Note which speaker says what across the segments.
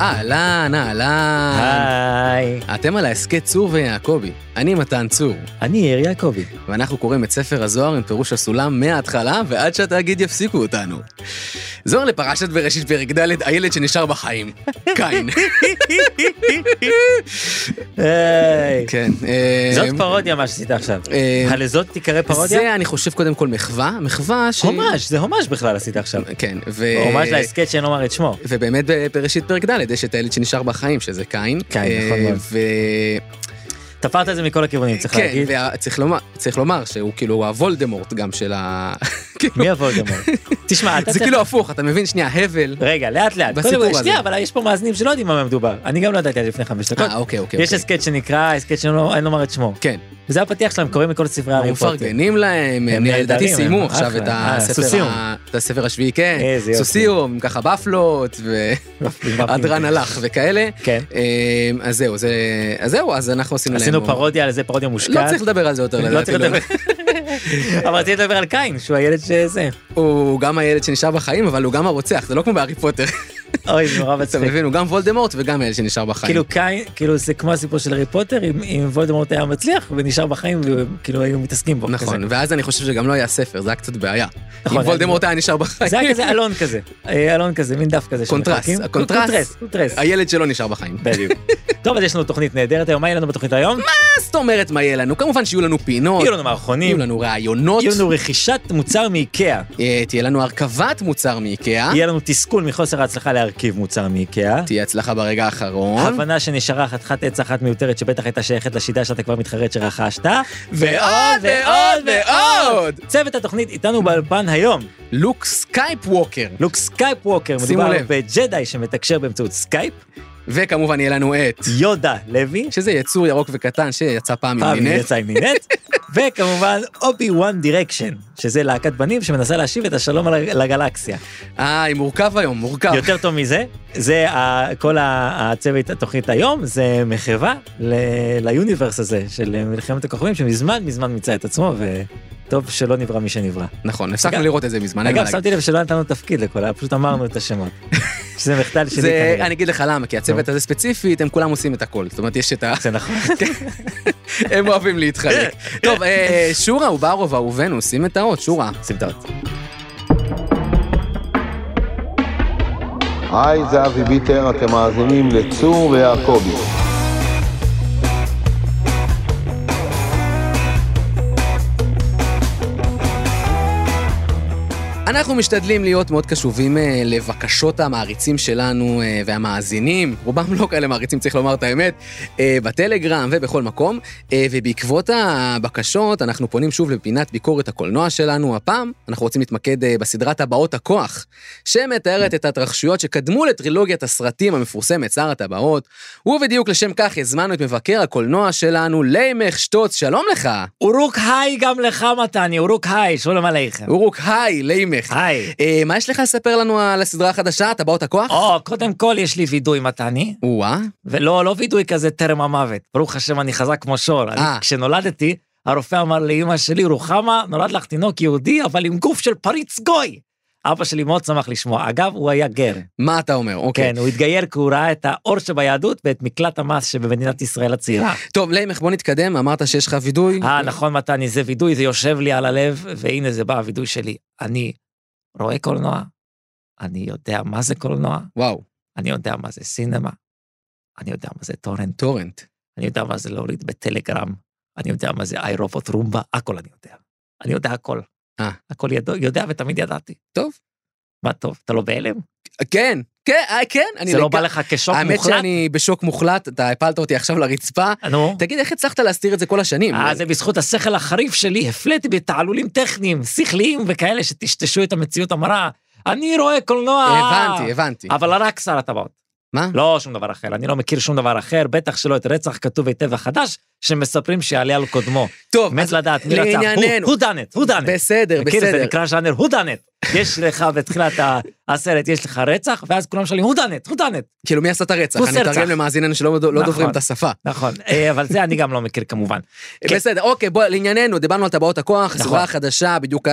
Speaker 1: אהלן, אהלן.
Speaker 2: היי,
Speaker 1: אתם על ההסכת צור ויעקבי. אני מתן צור,
Speaker 2: אני יאיר יעקבי.
Speaker 1: ואנחנו קוראים את ספר הזוהר עם פירוש הסולם מההתחלה ועד שהתאגיד יפסיקו אותנו. זוהר לפרשת בראשית פרק ד', הילד שנשאר בחיים. קין.
Speaker 2: היי.
Speaker 1: כן. אה,
Speaker 2: זאת פרודיה מה שעשית עכשיו.
Speaker 1: אה,
Speaker 2: הלזאת תיקרא פרודיה?
Speaker 1: זה, אני חושב, קודם כל מחווה. מחווה ש...
Speaker 2: הומאז', זה הומאז' בכלל עשית עכשיו.
Speaker 1: כן. ו-
Speaker 2: הומאז' להסכת שאין לומר את שמו.
Speaker 1: ובאמת בראשית פרק ד' יש את הילד שנשאר בחיים, שזה קין.
Speaker 2: קין, נכון
Speaker 1: אה,
Speaker 2: מאוד.
Speaker 1: ו-
Speaker 2: תפרת את זה מכל הכיוונים, צריך
Speaker 1: כן,
Speaker 2: להגיד.
Speaker 1: וצריך לומר, צריך לומר שהוא כאילו הוולדמורט גם של ה...
Speaker 2: מי הוולדמורט? תשמע, אתה אה,
Speaker 1: זה
Speaker 2: צריך...
Speaker 1: כאילו הפוך, אתה מבין? שנייה, הבל.
Speaker 2: רגע, לאט לאט.
Speaker 1: בסיפור
Speaker 2: קודם כל,
Speaker 1: הזה.
Speaker 2: שנייה, אבל יש פה מאזינים שלא יודעים במה מדובר. אני גם לא ידעתי עד לפני חמש דקות.
Speaker 1: אה, אוקיי, אוקיי.
Speaker 2: יש
Speaker 1: אוקיי.
Speaker 2: הסכת שנקרא, הסכת שאין לומר את שמו.
Speaker 1: כן,
Speaker 2: וזה הפתיח שלהם, קוראים מכל ספרי הארי
Speaker 1: הם
Speaker 2: פוטר.
Speaker 1: לא מפרגנים להם, הם
Speaker 2: נהדרים,
Speaker 1: לדעתי
Speaker 2: הם
Speaker 1: סיימו עכשיו
Speaker 2: אחלה.
Speaker 1: את
Speaker 2: אה,
Speaker 1: הספר
Speaker 2: סוסיום.
Speaker 1: ה- את הספר השביעי, כן,
Speaker 2: איזה יופי.
Speaker 1: סוסיום, ככה בפלות, והדרן הלך וכאלה.
Speaker 2: כן.
Speaker 1: אה, אז זהו, זה... אז זהו, אז אנחנו עשינו להם...
Speaker 2: עשינו
Speaker 1: הומור.
Speaker 2: פרודיה על זה, פרודיה מושקעת.
Speaker 1: לא צריך לדבר על זה יותר,
Speaker 2: לא
Speaker 1: לדעתי,
Speaker 2: צריך לדבר. אבל רציתי לדבר על קין, שהוא הילד שזה.
Speaker 1: הוא גם הילד שנשאר בחיים, אבל הוא גם הרוצח, זה לא כמו בהארי פוטר.
Speaker 2: אוי, זה נורא
Speaker 1: אתה
Speaker 2: מצחיק.
Speaker 1: מבין, הוא גם וולדמורט וגם הילד שנשאר בחיים.
Speaker 2: כאילו קין, כאילו זה כמו הסיפור של הארי פוטר, אם- אם וולדמורט היה מצליח ונשאר בחיים וכאילו היו מתעסקים בו.
Speaker 1: נכון,
Speaker 2: כזה.
Speaker 1: ואז אני חושב שגם לא היה ספר, זה היה קצת בעיה.
Speaker 2: נכון,
Speaker 1: אם וולדמורט היה נשאר בחיים,
Speaker 2: זה היה כזה אלון כזה, אה, אלון כזה, מין דף כזה.
Speaker 1: קונטרס,
Speaker 2: שמחלקים.
Speaker 1: הקונטרס.
Speaker 2: קונטרס, קונטרס.
Speaker 1: הילד שלו נשאר בחיים.
Speaker 2: בדיוק. טוב, אז יש לנו תוכנית נהדרת היום, מה יהיה לנו בתוכנית היום?
Speaker 1: מה זאת אומרת מה יהיה לנו? כמובן שיהיו לנו פינות,
Speaker 2: יהיו לנו מערכונים,
Speaker 1: יהיו לנו רעיונות,
Speaker 2: יהיו לנו רכישת מוצר מאיקאה,
Speaker 1: אה, תהיה לנו הרכבת מוצר מאיקאה,
Speaker 2: יהיה לנו תסכול מחוסר ההצלחה להרכיב מוצר מאיקאה.
Speaker 1: תהיה הצלחה ברגע האחרון,
Speaker 2: הבנה שנשארה חתיכת עץ אחת מיותרת שבטח הייתה שייכת לשיטה שאתה כבר מתחרט שרכשת.
Speaker 1: ועוד ועוד ועוד!
Speaker 2: צוות התוכנית איתנו באולפן היום.
Speaker 1: לוק סקייפ ווקר,
Speaker 2: לוק סקייפ ווקר,
Speaker 1: שימו
Speaker 2: מדובר
Speaker 1: לב.
Speaker 2: בג'די שמתקשר באמצעות סקייפ,
Speaker 1: וכמובן יהיה לנו את,
Speaker 2: יודה לוי,
Speaker 1: שזה יצור ירוק וקטן שיצא פעם
Speaker 2: פעם היא
Speaker 1: ממינט,
Speaker 2: יצאה עם נינט, וכמובן אובי וואן דירקשן, שזה להקת בנים שמנסה להשיב את השלום על- לגלקסיה.
Speaker 1: אה, היא מורכב היום, מורכב.
Speaker 2: יותר טוב מזה, זה ה- כל ה- הצוות התוכנית היום, זה מחווה ל- ליוניברס הזה של מלחמת הכוכבים, שמזמן מזמן מיצה את עצמו, וטוב שלא נברא מי שנברא.
Speaker 1: נכון, הפסקנו
Speaker 2: אגב-
Speaker 1: לראות את זה מזמן, אין מה
Speaker 2: אגב,
Speaker 1: להגיד.
Speaker 2: שמתי לב שלא נתנו תפקיד לכל, ה- פשוט אמרנו את השמות. שזה מחדל שלי
Speaker 1: זה,
Speaker 2: כנראה.
Speaker 1: אני אגיד לך למה, כי הצוות הזה ספציפית, הם כולם עושים את הכל. זאת אומרת, יש את ה...
Speaker 2: זה נכון.
Speaker 1: הם אוהבים להתחלק. טוב, אה, שורה, אוברוב, אהובנו, שים את האות, שורה.
Speaker 2: שים את האות.
Speaker 3: היי, זה אבי ביטר, אתם מאזינים לצור ויעקבי.
Speaker 1: אנחנו משתדלים להיות מאוד קשובים אה, לבקשות המעריצים שלנו אה, והמאזינים, רובם לא כאלה מעריצים, צריך לומר את האמת, אה, בטלגרם ובכל מקום, אה, ובעקבות הבקשות אנחנו פונים שוב לפינת ביקורת הקולנוע שלנו. הפעם אנחנו רוצים להתמקד אה, בסדרת הבאות הכוח, שמתארת את ההתרחשויות שקדמו לטרילוגיית הסרטים המפורסמת, שר הטבעות, ובדיוק לשם כך הזמנו את מבקר הקולנוע שלנו, ליימך שטוץ, שלום לך.
Speaker 2: אורוק היי גם לך מתני, אורוק היי, שלום עליכם.
Speaker 1: אורוק, היי, ליימך.
Speaker 2: היי.
Speaker 1: אה, מה יש לך לספר לנו על הסדרה החדשה, טבעות הכוח?
Speaker 2: או, קודם כל יש לי וידוי מתני,
Speaker 1: או-אה,
Speaker 2: ולא, לא וידוי כזה טרם המוות. ברוך השם, אני חזק כמו שור. אני-
Speaker 1: אה.
Speaker 2: כשנולדתי, הרופא אמר לאמא שלי, רוחמה, נולד לך תינוק יהודי, אבל עם גוף של פריץ גוי. אבא שלי מאוד שמח לשמוע. אגב, הוא היה גר.
Speaker 1: מה אתה אומר? אוקיי.
Speaker 2: כן, הוא התגייר כי הוא ראה את האור שביהדות ואת מקלט המס שבמדינת ישראל הצעירה.
Speaker 1: טוב, ליימך, בוא נתקדם, אמרת שיש לך וידוי.
Speaker 2: אה, נכון, מתני, זה וידוי, זה יושב לי על הלב, והנה זה בא הוידוי שלי. אני רואה קולנוע, אני יודע מה זה קולנוע,
Speaker 1: וואו,
Speaker 2: אני יודע מה זה סינמה, אני יודע מה זה טורנט,
Speaker 1: טורנט.
Speaker 2: אני יודע מה זה להוריד בטלגרם, אני יודע מה זה איי רובוט רומבה, הכל אני יודע. אני יודע הכל.
Speaker 1: אה.
Speaker 2: הכל ידוע, יודע ותמיד ידעתי.
Speaker 1: טוב.
Speaker 2: מה טוב, אתה לא בהלם?
Speaker 1: כן, כן, אה, כן. אני
Speaker 2: זה לא
Speaker 1: לג-
Speaker 2: בא לך כשוק
Speaker 1: האמת
Speaker 2: מוחלט?
Speaker 1: שאני בשוק מוחלט, אתה הפלת אותי עכשיו לרצפה.
Speaker 2: נו.
Speaker 1: תגיד, איך הצלחת להסתיר את זה כל השנים?
Speaker 2: אה, זה בזכות השכל החריף שלי, הפלאתי בתעלולים טכניים, שכליים וכאלה שטשטשו את המציאות המרה. אני רואה קולנוע.
Speaker 1: אה, הבנתי, הבנתי.
Speaker 2: אה, אבל רק שר הטבעות.
Speaker 1: מה?
Speaker 2: לא שום דבר אחר, אני לא מכיר שום דבר אחר, בטח שלא את רצח כתוב היטב החדש, שמספרים שיעלה על קודמו.
Speaker 1: טוב,
Speaker 2: מת
Speaker 1: אז
Speaker 2: לדעת מי רצח,
Speaker 1: לענייננו.
Speaker 2: הוא דנט, הוא דנט.
Speaker 1: בסדר,
Speaker 2: מכיר, זה
Speaker 1: בסדר.
Speaker 2: נקרא ז'אנר הוא דנט. יש לך בתחילת ה- הסרט, יש לך רצח, ואז כולם שואלים, who done it? who done it?
Speaker 1: כאילו, מי עשה את הרצח?
Speaker 2: פוס
Speaker 1: אני אתרגם
Speaker 2: הרצח.
Speaker 1: למאזיננו שלא לא
Speaker 2: נכון.
Speaker 1: דוברים את השפה.
Speaker 2: נכון, אה, אבל זה אני גם לא מכיר כמובן. כן.
Speaker 1: בסדר, אוקיי, בוא, לענייננו, דיברנו על טבעות הכוח,
Speaker 2: נכון.
Speaker 1: סדרה חדשה, בדיוק ה-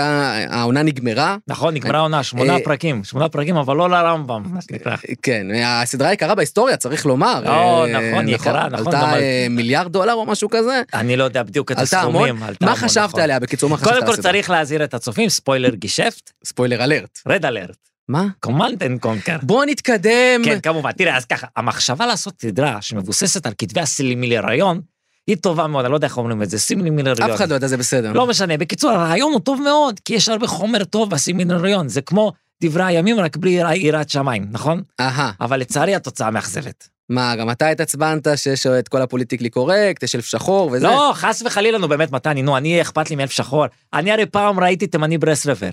Speaker 1: העונה נגמרה.
Speaker 2: נכון, נגמרה העונה, שמונה
Speaker 1: אה,
Speaker 2: פרקים, שמונה פרקים, אבל לא לרמב"ם, מה שנקרא.
Speaker 1: כן, הסדרה היקרה בהיסטוריה, צריך לומר.
Speaker 2: או,
Speaker 1: אה,
Speaker 2: נכון, היא יקרה, נכון, גם
Speaker 1: עלתה
Speaker 2: על-
Speaker 1: אה, מיליארד דולר או משהו כזה.
Speaker 2: אני לא יודע בדיוק את
Speaker 1: עלתה
Speaker 2: הסכומים.
Speaker 1: המון.
Speaker 2: עלתה
Speaker 1: מה
Speaker 2: המון,
Speaker 1: חשבת
Speaker 2: נכון.
Speaker 1: עליה? בקיצור, מה חשבת על
Speaker 2: קודם כל
Speaker 1: הסדרה?
Speaker 2: צריך להזהיר את הצופים, ספוילר גישפט,
Speaker 1: ספוילר אלרט.
Speaker 2: רד אלרט,
Speaker 1: מה?
Speaker 2: קומנד אנד קונקר.
Speaker 1: בוא נתקדם.
Speaker 2: כן, כמובן. תראה, אז ככה, המחשבה לעשות סדרה שמבוססת על כתבי הסילמיליריון, היא טובה מאוד, אני לא יודע איך אומרים את זה, סילמיליריון.
Speaker 1: אף אחד לא יודע, זה בסדר.
Speaker 2: לא משנה. בקיצור, הרעיון הוא טוב מאוד, כי יש הרבה חומר טוב בסילמיליריון. זה כמו דברי הימים, רק בלי ירא- יראת שמיים, נכון?
Speaker 1: אהה.
Speaker 2: אבל לצערי התוצאה מאכזבת.
Speaker 1: מה, גם אתה התעצבנת שיש אה, את כל הפוליטיקלי קורקט, יש אלף שחור וזה?
Speaker 2: לא, חס וחלילה, נו באמת, מתני, נו, אני אכפת לי מאלף שחור. אני הרי פעם ראיתי תימני ברסלבר.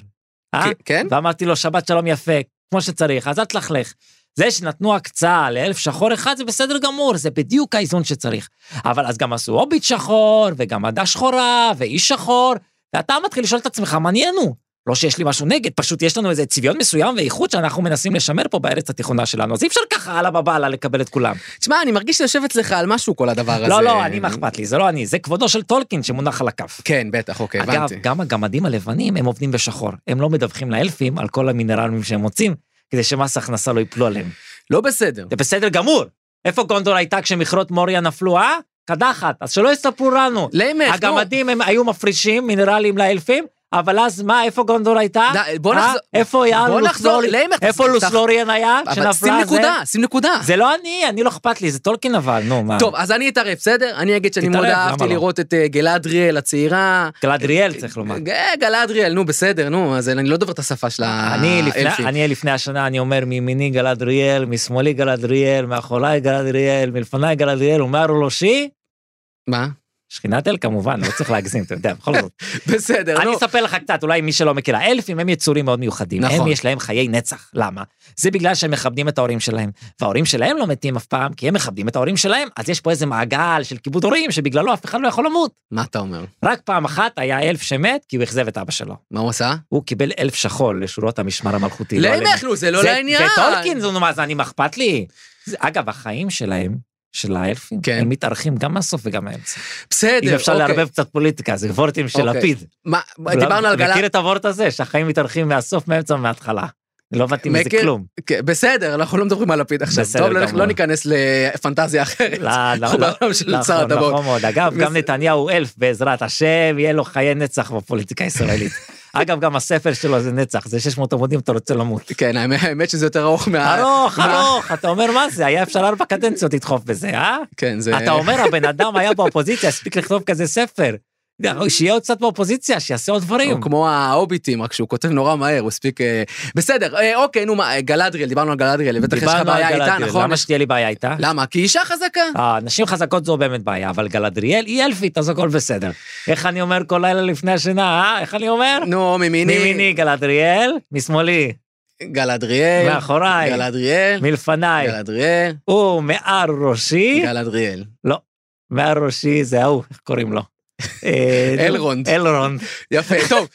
Speaker 2: אה?
Speaker 1: כן, כן?
Speaker 2: ואמרתי לו, שבת שלום יפה, כמו שצריך, אז אל תלכלך. זה שנתנו הקצאה לאלף שחור אחד זה בסדר גמור, זה בדיוק האיזון שצריך. אבל אז גם עשו הוביט שחור, וגם עדה שחורה, ואיש שחור, ואתה מתחיל לשאול את עצמך, מעניין הוא. לא שיש לי משהו נגד, פשוט יש לנו איזה צביון מסוים ואיכות שאנחנו מנסים לשמר פה בארץ התיכונה שלנו, אז אי אפשר ככה הלאה בבעלה לקבל את כולם.
Speaker 1: תשמע, אני מרגיש שיושב אצלך על משהו כל הדבר הזה.
Speaker 2: לא, לא, אני, מה אכפת לי, זה לא אני, זה כבודו של טולקין שמונח על הכף.
Speaker 1: כן, בטח, אוקיי,
Speaker 2: אגב,
Speaker 1: הבנתי.
Speaker 2: גם הגמדים הלבנים, הם עובדים בשחור. הם לא מדווחים לאלפים על כל המינרלים שהם מוצאים, כדי שמס הכנסה לא יפלו עליהם.
Speaker 1: לא בסדר.
Speaker 2: זה בסדר גמור. איפה גונדור הייתה כשמכרות מוריה נפלו, אה? קדחת, אז שלא יספרו לנו.
Speaker 1: להימך, נו.
Speaker 2: הגמדים הם היו מפרישים מינרלים לאלפים, אבל אז מה, איפה גונדור הייתה?
Speaker 1: די, בוא
Speaker 2: אה?
Speaker 1: נחזור-
Speaker 2: איפה היה
Speaker 1: בוא נחזור,
Speaker 2: לוסלוריאן?
Speaker 1: להימך,
Speaker 2: איפה
Speaker 1: תח-
Speaker 2: לוסלוריאן היה?
Speaker 1: אבל שים
Speaker 2: כשנפלה זה?
Speaker 1: נקודה, שים נקודה.
Speaker 2: זה לא אני, אני לא אכפת לי, זה טולקין אבל, נו מה.
Speaker 1: טוב, אז אני אתערב, בסדר? אני אגיד שאני
Speaker 2: אה. תתערב,
Speaker 1: מאוד
Speaker 2: למה
Speaker 1: אהבתי
Speaker 2: לא?
Speaker 1: לראות את אה, גלדריאל הצעירה.
Speaker 2: גלדריאל צריך לומר.
Speaker 1: אה, גלדריאל, נו, בסדר, נו, אז אני לא דובר את השפה של
Speaker 2: אני לפני,
Speaker 1: האלפים.
Speaker 2: אני לפני השנה, אני אומר מימיני גלדריאל, משמאלי גלדריאל, מאחוריי גלדריאל, מלפניי גלדריאל, אומר לו שי,
Speaker 1: מה?
Speaker 2: שכינת אל כמובן, לא צריך להגזים, אתה יודע, בכל זאת.
Speaker 1: בסדר,
Speaker 2: אני
Speaker 1: נו.
Speaker 2: אספר לך קצת, אולי מי שלא מכיר, האלפים הם יצורים מאוד מיוחדים.
Speaker 1: נכון.
Speaker 2: הם יש להם חיי נצח, למה? זה בגלל שהם מכבדים את ההורים שלהם, וההורים שלהם לא מתים אף פעם, כי הם מכבדים את ההורים שלהם, אז יש פה איזה מעגל של כיבוד הורים, שבגללו אף אחד לא יכול למות.
Speaker 1: מה אתה אומר?
Speaker 2: רק פעם אחת היה אלף שמת, כי הוא אכזב את אבא שלו.
Speaker 1: מה הוא עשה?
Speaker 2: הוא קיבל אלף שחור לשורות המשמר המלכותי. לא עלינו.
Speaker 1: להימך, נו, זה לא
Speaker 2: זה-
Speaker 1: לעניין.
Speaker 2: זה טולקין, נו, מה זה, אני, מה אכפת לי? זה- אגב, החיים שלהם, של האלפים,
Speaker 1: כן.
Speaker 2: הם מתארכים גם מהסוף וגם מהאמצע.
Speaker 1: בסדר,
Speaker 2: אם אפשר
Speaker 1: אוקיי.
Speaker 2: לערבב קצת פוליטיקה, זה וורטים של
Speaker 1: אוקיי.
Speaker 2: לפיד.
Speaker 1: מה, דיברנו על
Speaker 2: מכיר
Speaker 1: גלדריאל.
Speaker 2: את הוורט הזה, שהחיים מתארכים מהסוף, מהאמצע ומההתחלה. לא מתאים לזה
Speaker 1: מכיר?
Speaker 2: כלום.
Speaker 1: בסדר, אנחנו לא מדברים על לפיד עכשיו.
Speaker 2: בסדר
Speaker 1: טוב, לא-
Speaker 2: גמור.
Speaker 1: לא ניכנס לפנטזיה אחרת.
Speaker 2: לא, לא,
Speaker 1: אנחנו
Speaker 2: לא.
Speaker 1: בעולם של שר
Speaker 2: נכון,
Speaker 1: הטבעות.
Speaker 2: נכון מאוד. אגב, גם
Speaker 1: בסדר.
Speaker 2: נתניהו אלף, בעזרת השם, יהיה לו חיי נצח בפוליטיקה הישראלית. אגב, גם הספר שלו זה נצח, זה 600 עמודים, אתה רוצה למות.
Speaker 1: כן, האמת- האמת שזה יותר ארוך מה...
Speaker 2: ארוך,
Speaker 1: אה, מה-
Speaker 2: ארוך, אתה אומר מה זה, היה אפשר ארבע קדנציות לדחוף בזה, אה?
Speaker 1: כן, זה...
Speaker 2: אתה אומר, הבן אדם היה באופוזיציה, הספיק לכתוב כזה ספר. שיהיה עוד קצת באופוזיציה, שיעשה עוד דברים.
Speaker 1: הוא כמו ההוביטים, רק שהוא כותב נורא מהר, הוא הספיק... אה, בסדר, אה, אוקיי, נו מה, אה, גלדריאל, דיברנו על גלדריאל, בטח יש לך
Speaker 2: דיברנו על
Speaker 1: בעיה איתה,
Speaker 2: גלדריאל,
Speaker 1: נכון?
Speaker 2: למה שתהיה לי בעיה איתה?
Speaker 1: למה? כי היא אישה חזקה.
Speaker 2: אה, נשים חזקות זו באמת בעיה, אבל גלדריאל היא אלפית, אז הכל בסדר. איך אני אומר כל לילה לפני השינה, אה? איך אני אומר?
Speaker 1: נו, מימיני,
Speaker 2: מימיני גלדריאל, משמאלי,
Speaker 1: גלדריאל,
Speaker 2: מאחוריי,
Speaker 1: גלדריאל,
Speaker 2: מלפניי,
Speaker 1: גלדריאל,
Speaker 2: הוא מעל ראשי,
Speaker 1: גלדריאל.
Speaker 2: מעל ראשי זה ההוא, איך קוראים לו? אה, נו,
Speaker 1: אלרונד.
Speaker 2: אלרונד.
Speaker 1: יפה, טוב.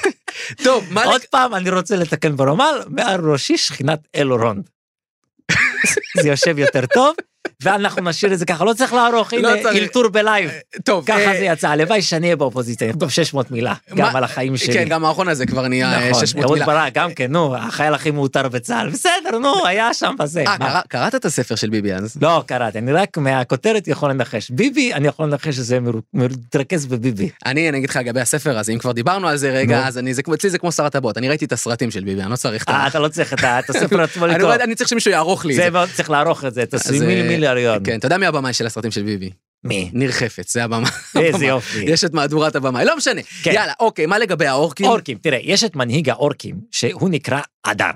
Speaker 1: טוב, מה...
Speaker 2: עוד פעם, אני רוצה לתקן ברומל, מעל ראשי שכינת אלרונד. זה יושב יותר טוב, ואנחנו נשאיר את זה ככה, לא צריך לערוך,
Speaker 1: לא
Speaker 2: הנה,
Speaker 1: צריך.
Speaker 2: אלתור בלייב.
Speaker 1: טוב,
Speaker 2: ככה
Speaker 1: אה,
Speaker 2: זה יצא, הלוואי שאני אהיה באופוזיציה, אני אכתוב 600 מילה, גם
Speaker 1: מה-
Speaker 2: על החיים שלי.
Speaker 1: כן, גם האחרון הזה כבר נהיה אה,
Speaker 2: נכון,
Speaker 1: 600
Speaker 2: אהוד
Speaker 1: מילה.
Speaker 2: ברק גם כן, נו, החייל הכי מעוטר בצה"ל, בסדר, נו, היה שם בזה.
Speaker 1: אה,
Speaker 2: מה?
Speaker 1: קרא- קראת את הספר של ביבי אז?
Speaker 2: לא, קראתי, אני רק מהכותרת יכול לנחש. ביבי, אני יכול לנחש שזה מרו- מתרכז בביבי.
Speaker 1: אני, אני אגיד לך לגבי הספר הזה, אם כבר דיברנו על זה רגע,
Speaker 2: נו.
Speaker 1: אז אני, זה כמו- אצלי זה כמו שר הטבעות, אני ראיתי את הסרטים של ביבי, אני לא צריך את ה...
Speaker 2: אה, אתה לא צריך את ה- את הספר עצמו
Speaker 1: אני
Speaker 2: לקרוא.
Speaker 1: רואה- אני צריך שמישהו יערוך לי את
Speaker 2: זה
Speaker 1: זה.
Speaker 2: מאוד, צריך לערוך את זה,
Speaker 1: אז,
Speaker 2: תעשי
Speaker 1: אה,
Speaker 2: מילי מיליון.
Speaker 1: כן, אתה יודע מי הבמאי של הסרטים של ביבי?
Speaker 2: מי?
Speaker 1: ניר חפץ, זה הבמאי.
Speaker 2: איזה יופי.
Speaker 1: יש את מהדורת הבמאי, לא משנה.
Speaker 2: כן.
Speaker 1: יאללה, אוקיי, מה לגבי האורקים?
Speaker 2: אורקים, תראה, יש את מנהיג האורקים, שהוא נקרא אדר.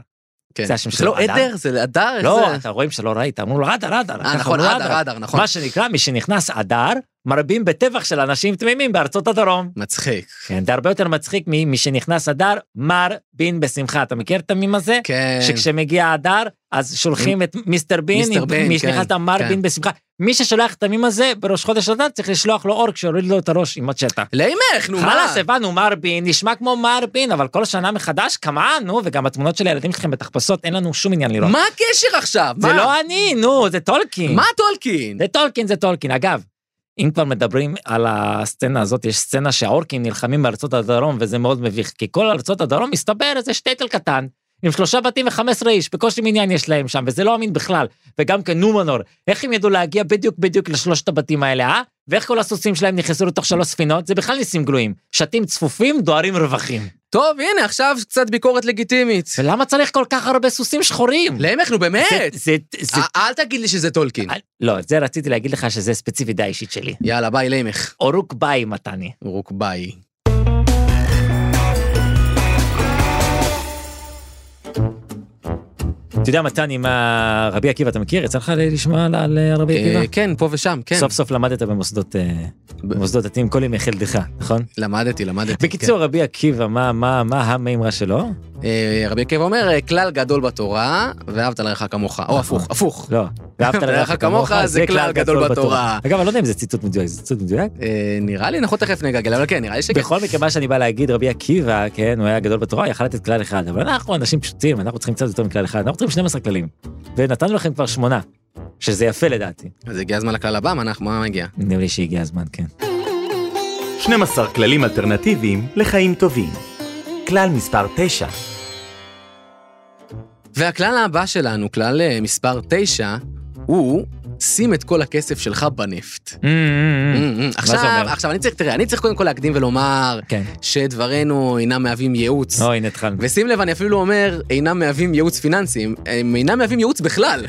Speaker 1: כן.
Speaker 2: זה השם
Speaker 1: זה
Speaker 2: שלו,
Speaker 1: לא
Speaker 2: אדר?
Speaker 1: עדר? זה אדר? איך
Speaker 2: לא,
Speaker 1: זה?
Speaker 2: אתה רואים שלא ראית, אמרו לו אדר, אדר.
Speaker 1: אה,
Speaker 2: ככה
Speaker 1: נכון,
Speaker 2: אמרו לו,
Speaker 1: אדר, אדר, נכון.
Speaker 2: מה שנקרא, משנכנס אדר, מרבים בטבח של אנשים תמימים בארצות הדרום.
Speaker 1: מצחיק.
Speaker 2: כן, זה הרבה יותר מצחיק ממשנכנס אדר, מר בין בשמחה. אתה מכיר את המים הזה?
Speaker 1: כן.
Speaker 2: שכשמגיע אדר, אז שולחים את מיסטר בין,
Speaker 1: מיסטר
Speaker 2: עם-
Speaker 1: בין,
Speaker 2: מי שנכנס
Speaker 1: כן,
Speaker 2: למר
Speaker 1: כן.
Speaker 2: בין בשמחה. מי ששולח את המים הזה בראש חודש אדם צריך לשלוח לו אור כשיוריד לו את הראש עם מצ'טה.
Speaker 1: לאימך, נו, מה?
Speaker 2: חלאס, הבנו, מרבין, נשמע כמו מרבין, אבל כל שנה מחדש, כמה, נו, וגם התמונות של הילדים שלכם בתחפושות, אין לנו שום עניין לראות.
Speaker 1: מה הקשר עכשיו?
Speaker 2: לא. זה
Speaker 1: מה?
Speaker 2: לא אני, נו, זה טולקין.
Speaker 1: מה טולקין?
Speaker 2: זה טולקין, זה טולקין. אגב, אם כבר מדברים על הסצנה הזאת, יש סצנה שהאורקים נלחמים בארצות הדרום, וזה מאוד מביך, כי כל ארצות הדרום, מסתבר, זה שטייטל קטן. עם שלושה בתים וחמש עשרה איש, בקושי מניין יש להם שם, וזה לא אמין בכלל. וגם כן נומנור, איך הם ידעו להגיע בדיוק בדיוק לשלושת הבתים האלה, אה? ואיך כל הסוסים שלהם נכנסו לתוך שלוש ספינות? זה בכלל ניסים גלויים. שתים צפופים, דוהרים רווחים.
Speaker 1: טוב, הנה, עכשיו קצת ביקורת לגיטימית.
Speaker 2: ולמה צריך כל כך הרבה סוסים שחורים?
Speaker 1: לאימך, נו, באמת.
Speaker 2: לא זה, זה, זה...
Speaker 1: אה, אל תגיד לי שזה טולקין.
Speaker 2: לא, את זה רציתי להגיד לך שזה ספציפית דעה אישית שלי.
Speaker 1: יאללה, ביי לאימך.
Speaker 2: אורוק ביי, מתני.
Speaker 1: רוק ביי.
Speaker 2: אתה יודע, מתן, עם ה- רבי עקיבא, אתה מכיר? יצא לך לשמוע על- על אה, רבי
Speaker 1: אה,
Speaker 2: עקיבא?
Speaker 1: כן, פה ושם, כן.
Speaker 2: סוף סוף למדת במוסדות אה, במוסדות דתיים כל ימי חלדך, נכון?
Speaker 1: למדתי, למדתי.
Speaker 2: בקיצור, רבי עקיבא, מה- מה מה המימרה שלו?
Speaker 1: כן. אה, רבי עקיבא אומר, אה, כלל גדול בתורה, ואהבת לרעך כמוך. או הפוך, הפוך.
Speaker 2: לא. ואהבת לרעך כמוך, זה כלל גדול בתורה. אגב, אני לא יודע אם זה ציטוט מדויק, זה ציטוט מדויק?
Speaker 1: אה, נראה לי, אנחנו תכף נגגל, אבל כן, נראה לי שכן.
Speaker 2: בכל מקרה, מה שאני בא להגיד, רבי עקיבא, כן, הוא היה גדול בתורה, יכל לתת כלל אחד, אבל אנחנו אנשים פשוטים, אנחנו צריכים קצת יותר מכלל אחד, אנחנו צריכים 12 כללים. ונתנו לכם כבר שמונה, שזה יפה לדעתי.
Speaker 1: אז הגיע הזמן לכלל הבא, מה אנחנו- מה מגיע?
Speaker 2: נראה לי שהגיע הזמן, כן.
Speaker 4: 12 כללים אלטרנטיביים לחיים טובים. כלל מספר 9,
Speaker 1: והכלל הבא שלנו, כלל אה, מספר 9, הוא, שים את כל הכסף שלך בנפט.
Speaker 2: אמ, אמ, אמ.
Speaker 1: אמ, אמ. עכשיו,
Speaker 2: אומר?
Speaker 1: עכשיו, אני צריך, תראה, אני צריך קודם כל להקדים ולומר
Speaker 2: כן.
Speaker 1: שדברינו אינם מהווים ייעוץ.
Speaker 2: אוי, הנה התחלנו.
Speaker 1: ושים לב, אני אפילו אומר, אינם מהווים ייעוץ פיננסי, הם- הם אינם מהווים ייעוץ בכלל.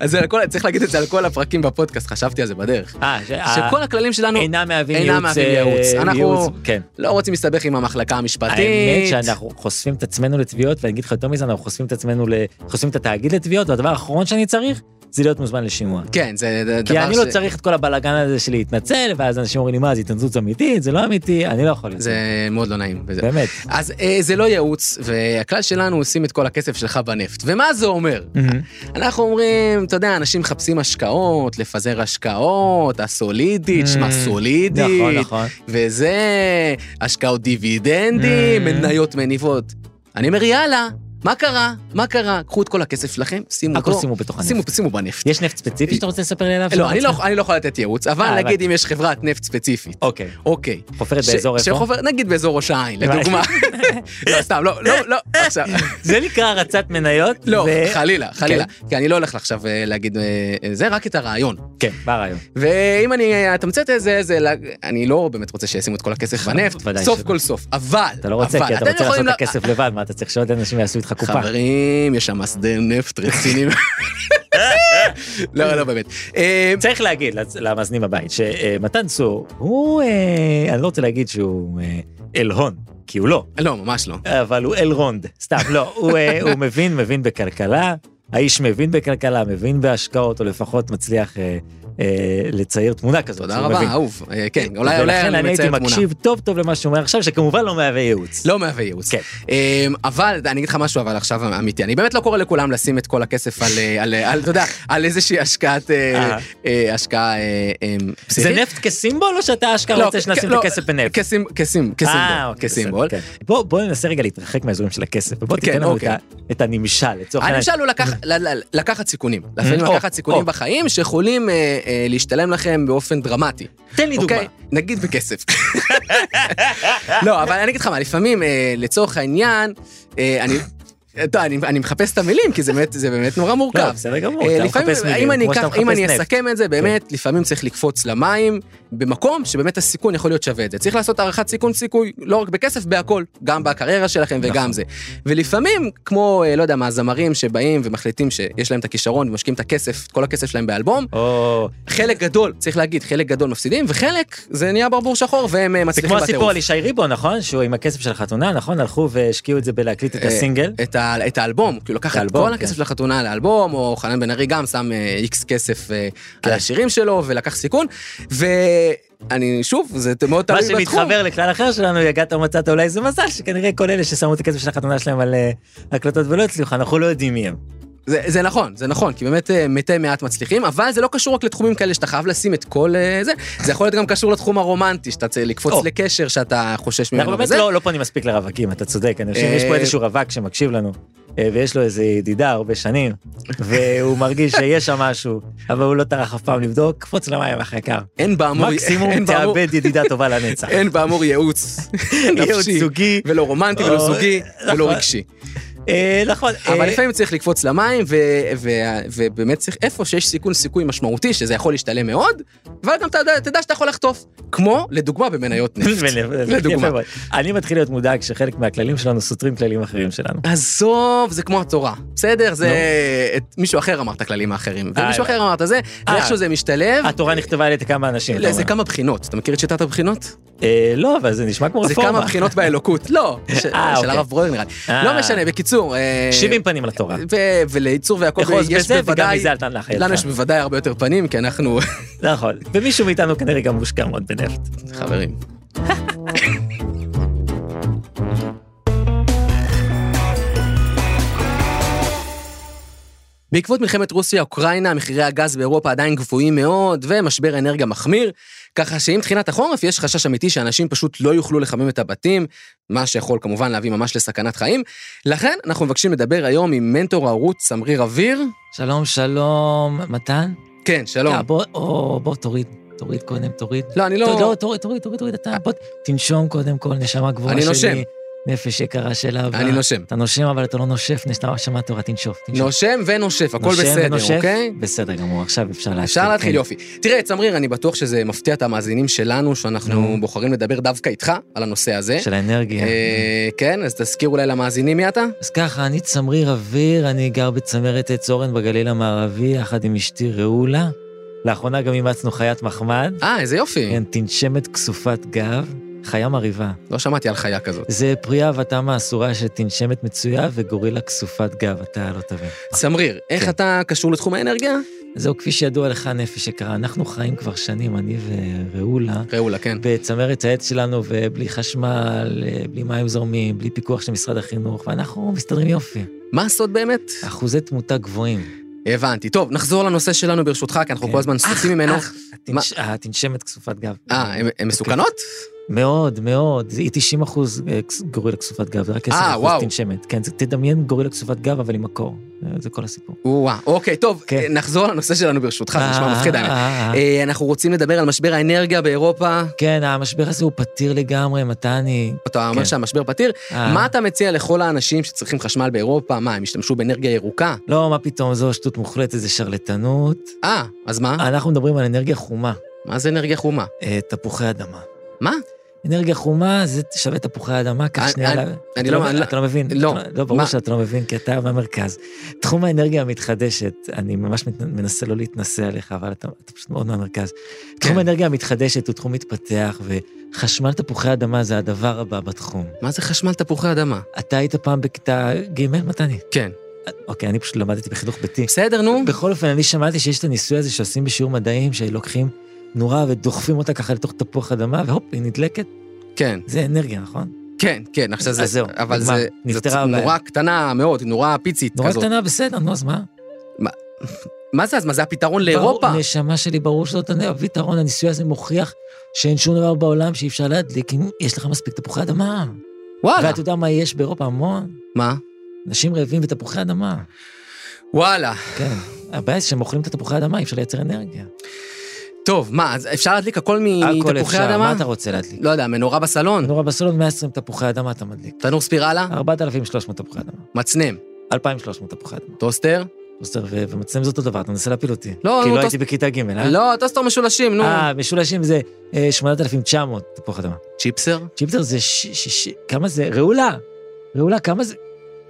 Speaker 1: אז זה על כל, צריך להגיד את זה על כל הפרקים בפודקאסט, חשבתי על זה בדרך.
Speaker 2: אה, ש-
Speaker 1: שכל
Speaker 2: אה,
Speaker 1: הכללים שלנו
Speaker 2: אינם מהווים
Speaker 1: אינם
Speaker 2: ייעוץ.
Speaker 1: מהווים
Speaker 2: אה,
Speaker 1: ייעוץ. אנחנו
Speaker 2: ייעוץ, כן.
Speaker 1: לא רוצים להסתבך עם המחלקה המשפטית.
Speaker 2: האמת שאנחנו חושפים את עצמנו לתביעות, ואני אגיד לך יותר מזה, אנחנו חושפים את עצמנו, ל- חושפים את התאגיד לתביעות, והדבר האחרון שאני צריך, זה להיות מוזמן לשימוע.
Speaker 1: כן, זה זה דבר
Speaker 2: כי אני לא
Speaker 1: ש-
Speaker 2: צריך את כל הבלאגן הזה של להתנצל, ואז אנשים אומרים לי, מה, זה התנצלות אמיתית, זה לא אמיתי, אני לא יכול את זה.
Speaker 1: זה מאוד לא נעים. וזה-
Speaker 2: באמת.
Speaker 1: אז אה, זה לא ייעוץ, והכלל שלנו הוא שים את כל הכסף שלך בנפט. ומה זה אומר?
Speaker 2: Mm-hmm.
Speaker 1: אנחנו אומרים, אתה יודע, אנשים מחפשים השקעות, לפזר השקעות, הסולידית, שמע
Speaker 2: Mm,
Speaker 1: סולידית,
Speaker 2: נכון, נכון.
Speaker 1: וזה, השקעות דיבידנדים,
Speaker 2: Mm.
Speaker 1: מניות מניבות. אני אומר, יאללה, מה קרה? מה קרה? קחו את כל הכסף שלכם, שימו
Speaker 2: הכל
Speaker 1: אותו,
Speaker 2: שימו בתוך
Speaker 1: שימו-
Speaker 2: הנפט.
Speaker 1: שימו בנפט.
Speaker 2: יש נפט ספציפי שאתה רוצה לספר לי עליו?
Speaker 1: לא, אני לא- אני לא יכול לתת ייעוץ, אבל
Speaker 2: אה,
Speaker 1: נגיד אם יש חברת נפט ספציפית,
Speaker 2: אוקיי.
Speaker 1: אוקיי.
Speaker 2: חופרת
Speaker 1: ש-
Speaker 2: באזור איפה?
Speaker 1: שחופר, נגיד באזור ראש העין, לדוגמה. לא, סתם, לא, לא, לא, עכשיו.
Speaker 2: זה נקרא הרצת מניות?
Speaker 1: לא,
Speaker 2: ו- כן.
Speaker 1: חלילה, חלילה. כי אני לא הולך עכשיו אה, להגיד, אה, אה, זה רק את הרעיון.
Speaker 2: כן, מה הרעיון?
Speaker 1: ואם אני אתמצת את זה, זה, לה- אני לא באמת רוצה שישימו את כל הכסף בנפט,
Speaker 2: ודאי
Speaker 1: סוף
Speaker 2: שלא.
Speaker 1: כל סוף. אבל,
Speaker 2: אתה לא רוצה,
Speaker 1: אבל,
Speaker 2: כי אתה
Speaker 1: אתם
Speaker 2: רוצה לעשות
Speaker 1: יכולים
Speaker 2: את
Speaker 1: לה-
Speaker 2: הכסף לבד, מה, אתה צריך שעוד אנשים יעשו איתך קופה.
Speaker 1: חברים, יש שם שדה נפט רציני. לא, לא באמת. אה,
Speaker 2: צריך להגיד לצ- למאזינים בבית שמתן צור הוא, אה, אני לא רוצה להגיד שהוא אה, אלהון, כי הוא לא,
Speaker 1: לא, ממש לא.
Speaker 2: אבל הוא אלרונד, סתם, לא, הוא, אה, הוא מבין, מבין בכלכלה, האיש מבין בכלכלה, מבין בהשקעות, או לפחות מצליח אה, אה, לצייר תמונה כזאת.
Speaker 1: תודה
Speaker 2: שהוא מבין.
Speaker 1: רבה, אהוב. אה, כן, אולי אולי
Speaker 2: ולכן אני
Speaker 1: אני
Speaker 2: הייתי
Speaker 1: מצייר תמונה.
Speaker 2: מקשיב טוב טוב למה שהוא אומר עכשיו, שכמובן לא מהווה ייעוץ.
Speaker 1: לא מהווה ייעוץ.
Speaker 2: כן.
Speaker 1: אמ, אבל אני אגיד לך משהו אבל עכשיו אמיתי, אני באמת לא קורא לכולם לשים את כל הכסף על, אה, על, אה, על אתה יודע, על איזושהי השקעת, אה,
Speaker 2: אה.
Speaker 1: אה, השקעה אה, אמ,
Speaker 2: זה
Speaker 1: פסיכית.
Speaker 2: נפט כסימבול או שאתה אשכרה
Speaker 1: לא,
Speaker 2: רוצה
Speaker 1: כ-
Speaker 2: שנשים
Speaker 1: לא,
Speaker 2: את הכסף בנפט?
Speaker 1: כסימ- כסימ-
Speaker 2: אה,
Speaker 1: כסימבול,
Speaker 2: אוקיי,
Speaker 1: כסימבול.
Speaker 2: בסדר, כן. בוא בוא ננסה רגע להתרחק מהאזורים של הכסף, ובוא
Speaker 1: כן,
Speaker 2: תיתן לנו את
Speaker 1: אוקיי.
Speaker 2: ה- את הנמשל, לצורך העניין. אוקיי. Mm.
Speaker 1: הנמשל הוא לקח- ל- ל- לקחת סיכונים, לפעמים
Speaker 2: או,
Speaker 1: לקחת סיכונים
Speaker 2: או.
Speaker 1: בחיים שיכולים אה, אה, להשתלם לכם באופן דרמטי.
Speaker 2: תן לי דוגמה.
Speaker 1: אוקיי? נגיד בכסף. לא, אבל אני אגיד לך מה, לפעמים, אה, לצורך העניין, אה, אני... טוב, אני, אני מחפש את המילים, כי זה באמת, זה באמת נורא מורכב.
Speaker 2: לא, בסדר גמור,
Speaker 1: אה,
Speaker 2: אתה
Speaker 1: לפעמים,
Speaker 2: מחפש מילים,
Speaker 1: אם אני,
Speaker 2: כמו שאתה
Speaker 1: אקח- אם
Speaker 2: מחפש
Speaker 1: אני
Speaker 2: נפט.
Speaker 1: אסכם את זה, באמת, לפעמים צריך לקפוץ למים במקום שבאמת הסיכון יכול להיות שווה את זה. צריך לעשות הערכת סיכון סיכוי, לא רק בכסף, בהכל, גם בקריירה שלכם וגם
Speaker 2: נכון.
Speaker 1: זה. ולפעמים, כמו, אה, לא יודע מה, זמרים שבאים ומחליטים שיש להם את הכישרון ומשקיעים את הכסף, את כל הכסף שלהם באלבום,
Speaker 2: או...
Speaker 1: חלק גדול, צריך להגיד, חלק גדול מפסידים, וחלק זה נהיה ברבור שחור והם אה,
Speaker 2: זה
Speaker 1: מצליחים
Speaker 2: כמו הסיפור על
Speaker 1: בטירוף.
Speaker 2: ישי ריבו, נכון? שהוא עם הכסף של החתונה, נכון? הלכו והשקיעו את זה בלהקליט את
Speaker 1: אה,
Speaker 2: הסינגל.
Speaker 1: את, ה, את האלבום, כאילו לקח
Speaker 2: את
Speaker 1: את
Speaker 2: האלבום,
Speaker 1: כל
Speaker 2: כן.
Speaker 1: הכסף של החתונה לאלבום, או חנן בן ארי גם שם אה, איקס כסף אה,
Speaker 2: כן.
Speaker 1: על השירים שלו ולקח סיכון, ואני, שוב, זה מאוד תלוי
Speaker 2: מה
Speaker 1: בתחום.
Speaker 2: שמתחבר לכלל אחר שלנו, יגעת ומצאת אולי זה מזל, שכנראה כל אלה ששמו את הכסף של החתונה שלהם על אה, הקלטות ולא הצליחו, אנחנו לא יודעים מי הם.
Speaker 1: זה, זה נכון, זה נכון, כי באמת אה, מתי מעט מצליחים, אבל זה לא קשור רק לתחומים כאלה שאתה חייב לשים את כל אה, זה, זה יכול להיות גם קשור לתחום הרומנטי, שאתה צריך
Speaker 5: או.
Speaker 1: לקפוץ לקשר שאתה חושש
Speaker 5: אנחנו
Speaker 1: ממנו
Speaker 5: באמת
Speaker 1: וזה.
Speaker 5: לא, לא פונים מספיק לרווקים, אתה צודק, אני חושב שיש פה
Speaker 1: אה,
Speaker 5: איזשהו רווק שמקשיב לנו, אה, ויש לו איזו ידידה הרבה שנים, והוא מרגיש שיש שם משהו, אבל הוא לא טרח אף פעם לבדוק, קפוץ למים אחרי קר.
Speaker 1: אין באמור,
Speaker 5: מקסימום
Speaker 1: אין באמור-
Speaker 5: תאבד ידידה טובה לנצח.
Speaker 1: אין באמור ייעוץ
Speaker 5: ייעוץ
Speaker 1: נפשי,
Speaker 5: זוגי.
Speaker 1: ולא רומנטי ולא
Speaker 5: או,
Speaker 1: זוגי ולא
Speaker 5: נכון.
Speaker 1: רגשי.
Speaker 5: אה, נכון.
Speaker 1: אבל
Speaker 5: אה,
Speaker 1: לפעמים צריך לקפוץ למים, ו- ו- ובאמת צריך, איפה שיש סיכון סיכוי משמעותי, שזה יכול להשתלם מאוד, אבל גם אתה יודע- תדע שאתה יכול לחטוף. כמו, לדוגמה, במניות נפט.
Speaker 5: אה, יפה
Speaker 1: לדוגמה.
Speaker 5: מאוד. אני מתחיל להיות מודאג שחלק מהכללים שלנו סותרים כללים אחרים שלנו.
Speaker 1: עזוב, זה כמו התורה, בסדר? זה... את מישהו אחר אמר את הכללים האחרים,
Speaker 5: אה,
Speaker 1: ומישהו אחר אמר את זה,
Speaker 5: אה.
Speaker 1: ואיכשהו זה משתלב.
Speaker 5: התורה נכתבה על ידי כמה אנשים. אתה
Speaker 1: לא, זה
Speaker 5: אומר.
Speaker 1: כמה בחינות, אתה מכיר את שיטת הבחינות?
Speaker 5: אה, לא, אבל זה נשמע כמו
Speaker 1: זה
Speaker 5: רפורמה.
Speaker 1: כמה בחינות באלוקות, לא, ש-
Speaker 5: אה,
Speaker 1: של
Speaker 5: אוקיי.
Speaker 1: הרב ברויר נראה לי.
Speaker 5: אה.
Speaker 1: לא משנה, בקיצור... אה,
Speaker 5: 70 פנים לתורה.
Speaker 1: ו- וליצור ויעקב
Speaker 5: אחוז
Speaker 1: יש
Speaker 5: בזה וגם
Speaker 1: בוודאי,
Speaker 5: מזה אל תנח ידך.
Speaker 1: לנו יש בוודאי הרבה יותר פנים, כי אנחנו אה,
Speaker 5: נכון. ומישהו מאיתנו כנראה גם מושקע מאוד בנפט.
Speaker 1: חברים. בעקבות מלחמת רוסיה-אוקראינה, מחירי הגז באירופה עדיין גבוהים מאוד, ומשבר האנרגיה מחמיר, ככה שעם תחילת החורף יש חשש אמיתי שאנשים פשוט לא יוכלו לחמם את הבתים, מה שיכול כמובן להביא ממש לסכנת חיים. לכן, אנחנו מבקשים לדבר היום עם מנטור הערוץ, סמריר אוויר.
Speaker 2: שלום, שלום, מתן?
Speaker 1: כן, שלום.
Speaker 2: אה, בוא, או, בוא, תוריד, תוריד קודם, תוריד.
Speaker 1: לא, אני
Speaker 2: לא,
Speaker 1: לא...
Speaker 2: תוריד, תוריד, תוריד, תוריד, אתה, בוא, תנשום קודם כל, נשמה גבוהה
Speaker 1: אני
Speaker 2: שלי.
Speaker 1: נושם.
Speaker 2: נפש יקרה של אבא.
Speaker 1: אני נושם.
Speaker 2: אתה נושם, אבל אתה לא נושף, נשמה שמה תורה, תנשוף, תנשוף.
Speaker 1: נושם ונושף, הכל
Speaker 2: נושם
Speaker 1: בסדר,
Speaker 2: ונושף,
Speaker 1: אוקיי?
Speaker 2: בסדר גמור, עכשיו אפשר להתחיל.
Speaker 1: אפשר להתחיל,
Speaker 2: כן.
Speaker 1: יופי. תראה, צמריר, אני בטוח שזה מפתיע את המאזינים שלנו, שאנחנו
Speaker 2: נו.
Speaker 1: בוחרים לדבר דווקא איתך על הנושא הזה.
Speaker 2: של האנרגיה.
Speaker 1: אה, כן, אז תזכיר אולי למאזינים מי אתה?
Speaker 2: אז ככה, אני צמריר אוויר, אני גר בצמרת עץ אורן בגליל המערבי, יחד עם אשתי רעולה. לאחרונה גם אימצנו חיית מחמד.
Speaker 1: אה, איזה יופי.
Speaker 2: כן, תנשמת כסופת גב, חיה מרהיבה.
Speaker 1: לא שמעתי על חיה כזאת.
Speaker 2: זה פרי אהבתם האסורה של תנשמת מצויה וגורילה כסופת גב, אתה לא תבין.
Speaker 1: צמריר, איך
Speaker 2: כן.
Speaker 1: אתה קשור לתחום האנרגיה?
Speaker 2: זהו, כפי שידוע לך, נפש יקרה, אנחנו חיים כבר שנים, אני ורעולה,
Speaker 1: ראולה, כן.
Speaker 2: בצמרת העץ שלנו, ובלי חשמל, אה, בלי מים זורמים, בלי פיקוח של משרד החינוך, ואנחנו מסתדרים יופי.
Speaker 1: מה הסוד באמת?
Speaker 2: אחוזי תמותה גבוהים.
Speaker 1: הבנתי. טוב, נחזור לנושא שלנו ברשותך, כי אנחנו
Speaker 2: כן.
Speaker 1: כל הזמן סוטים ממנו.
Speaker 2: אך, התנש- התנשמת כסופת גב.
Speaker 1: אה, הן- הן מסוכנות?
Speaker 2: מאוד, מאוד. זה- היא 90 אחוז אה, גורילה כסופת גב, זה רק 10 אחוז
Speaker 1: אה, וואו.
Speaker 2: תנשמת. כן, זה- תדמיין גורילה כסופת גב, אבל עם מקור. זה- זה כל הסיפור.
Speaker 1: וואה, אוקיי, טוב,
Speaker 2: כן.
Speaker 1: אה, נחזור לנושא שלנו ברשותך, זה נשמע
Speaker 2: אה,
Speaker 1: מפחיד האמת.
Speaker 2: אה, אה.
Speaker 1: אה, אנחנו רוצים לדבר על משבר האנרגיה באירופה.
Speaker 2: כן, המשבר הזה הוא פתיר לגמרי, מתני.
Speaker 1: אתה אומר
Speaker 2: כן.
Speaker 1: שהמשבר פתיר,
Speaker 2: אה.
Speaker 1: מה אתה מציע לכל האנשים שצריכים חשמל באירופה? מה, הם השתמשו באנרגיה ירוקה?
Speaker 2: לא, מה פתאום, זו שטות מוחלטת, זה שרלטנות.
Speaker 1: אה, אז מה?
Speaker 2: אנחנו מדברים על אנרגיה חומה,
Speaker 1: מה זה אנרגיה חומה?
Speaker 2: אה, תפוחי אדמה.
Speaker 1: מה?
Speaker 2: אנרגיה חומה זה שווה תפוחי אדמה,
Speaker 1: אני-
Speaker 2: כך שנייה...
Speaker 1: אני-
Speaker 2: לה-
Speaker 1: אני
Speaker 2: אתה
Speaker 1: לא-
Speaker 2: מבין,
Speaker 1: אני לא-
Speaker 2: אתה לא מבין.
Speaker 1: לא.
Speaker 2: אתה לא, ברור
Speaker 1: מה?
Speaker 2: שאתה לא מבין, כי אתה מהמרכז. תחום האנרגיה המתחדשת, אני ממש מת- מנסה לא להתנשא עליך, אבל אתה אתה פשוט מאוד מהמרכז.
Speaker 1: כן.
Speaker 2: תחום האנרגיה המתחדשת הוא תחום מתפתח, וחשמל תפוחי אדמה זה הדבר הבא בתחום.
Speaker 1: מה זה חשמל תפוחי אדמה?
Speaker 2: אתה היית פעם בכיתה ג', מתני?
Speaker 1: כן.
Speaker 2: אוקיי, אני פשוט למדתי בחינוך ביתי.
Speaker 1: בסדר, נו.
Speaker 2: בכל אופן, אני שמעתי שיש את הניסוי הזה שעושים בשיעור מדעים, שלוקחים נורה ודוחפים אותה ככה לתוך תפוח אדמה, והופ, היא נדלקת.
Speaker 1: כן,
Speaker 2: זה אנרגיה, נכון?
Speaker 1: כן, כן, עכשיו זה...
Speaker 2: אז זהו,
Speaker 1: אבל
Speaker 2: נגמר.
Speaker 1: זה...
Speaker 2: נפתרה
Speaker 1: זאת
Speaker 2: הבעיה.
Speaker 1: נורה קטנה מאוד, נורה פיצית
Speaker 2: נורה
Speaker 1: כזאת.
Speaker 2: קטנה, בסדר, נו, אז מה?
Speaker 1: מה זה אז? מה זה הפתרון לאירופה?
Speaker 2: ברור, נשמה שלי, ברור שזאת הנ- הפתרון, הניסוי הזה מוכיח שאין שום דבר בעולם שאי אפשר להדליק אם יש לך מספיק תפוחי אדמה.
Speaker 1: וואלה.
Speaker 2: ואתה יודע מה יש באירופה המון?
Speaker 1: מה?
Speaker 2: אנשים רעבים ותפוחי אדמה.
Speaker 1: וואלה.
Speaker 2: כן. הבעיה זה שהם אוכלים את התפוחי האדמה, אי אפשר לייצר אנרגיה.
Speaker 1: טוב, מה, אז אפשר להדליק הכל
Speaker 2: הכל
Speaker 1: מתפוחי
Speaker 2: אפשר,
Speaker 1: אדמה?
Speaker 2: מה אתה רוצה להדליק?
Speaker 1: לא יודע, מנורה בסלון,
Speaker 2: נורא בסולון 120 תפוחי אדמה אתה מדליק.
Speaker 1: תנור ספירלה,
Speaker 2: אה. 4,300 תפוחי אדמה.
Speaker 1: מצנם,
Speaker 2: 2,300 תפוחי אדמה.
Speaker 1: טוסטר.
Speaker 2: טוסטר ו- ומצלם זה אותו דבר, אתה מנסה להפיל אותי.
Speaker 1: לא,
Speaker 2: כי
Speaker 1: נו,
Speaker 2: לא
Speaker 1: טוס-
Speaker 2: הייתי בכיתה ג', אה?
Speaker 1: לא, טוסטר משולשים, נו.
Speaker 2: אה, משולשים זה אה, 8,900 תפוח אדמה.
Speaker 1: צ'יפסר?
Speaker 2: צ'יפטר זה ש... ש... ש... כמה זה? רעולה. רעולה, כמה זה?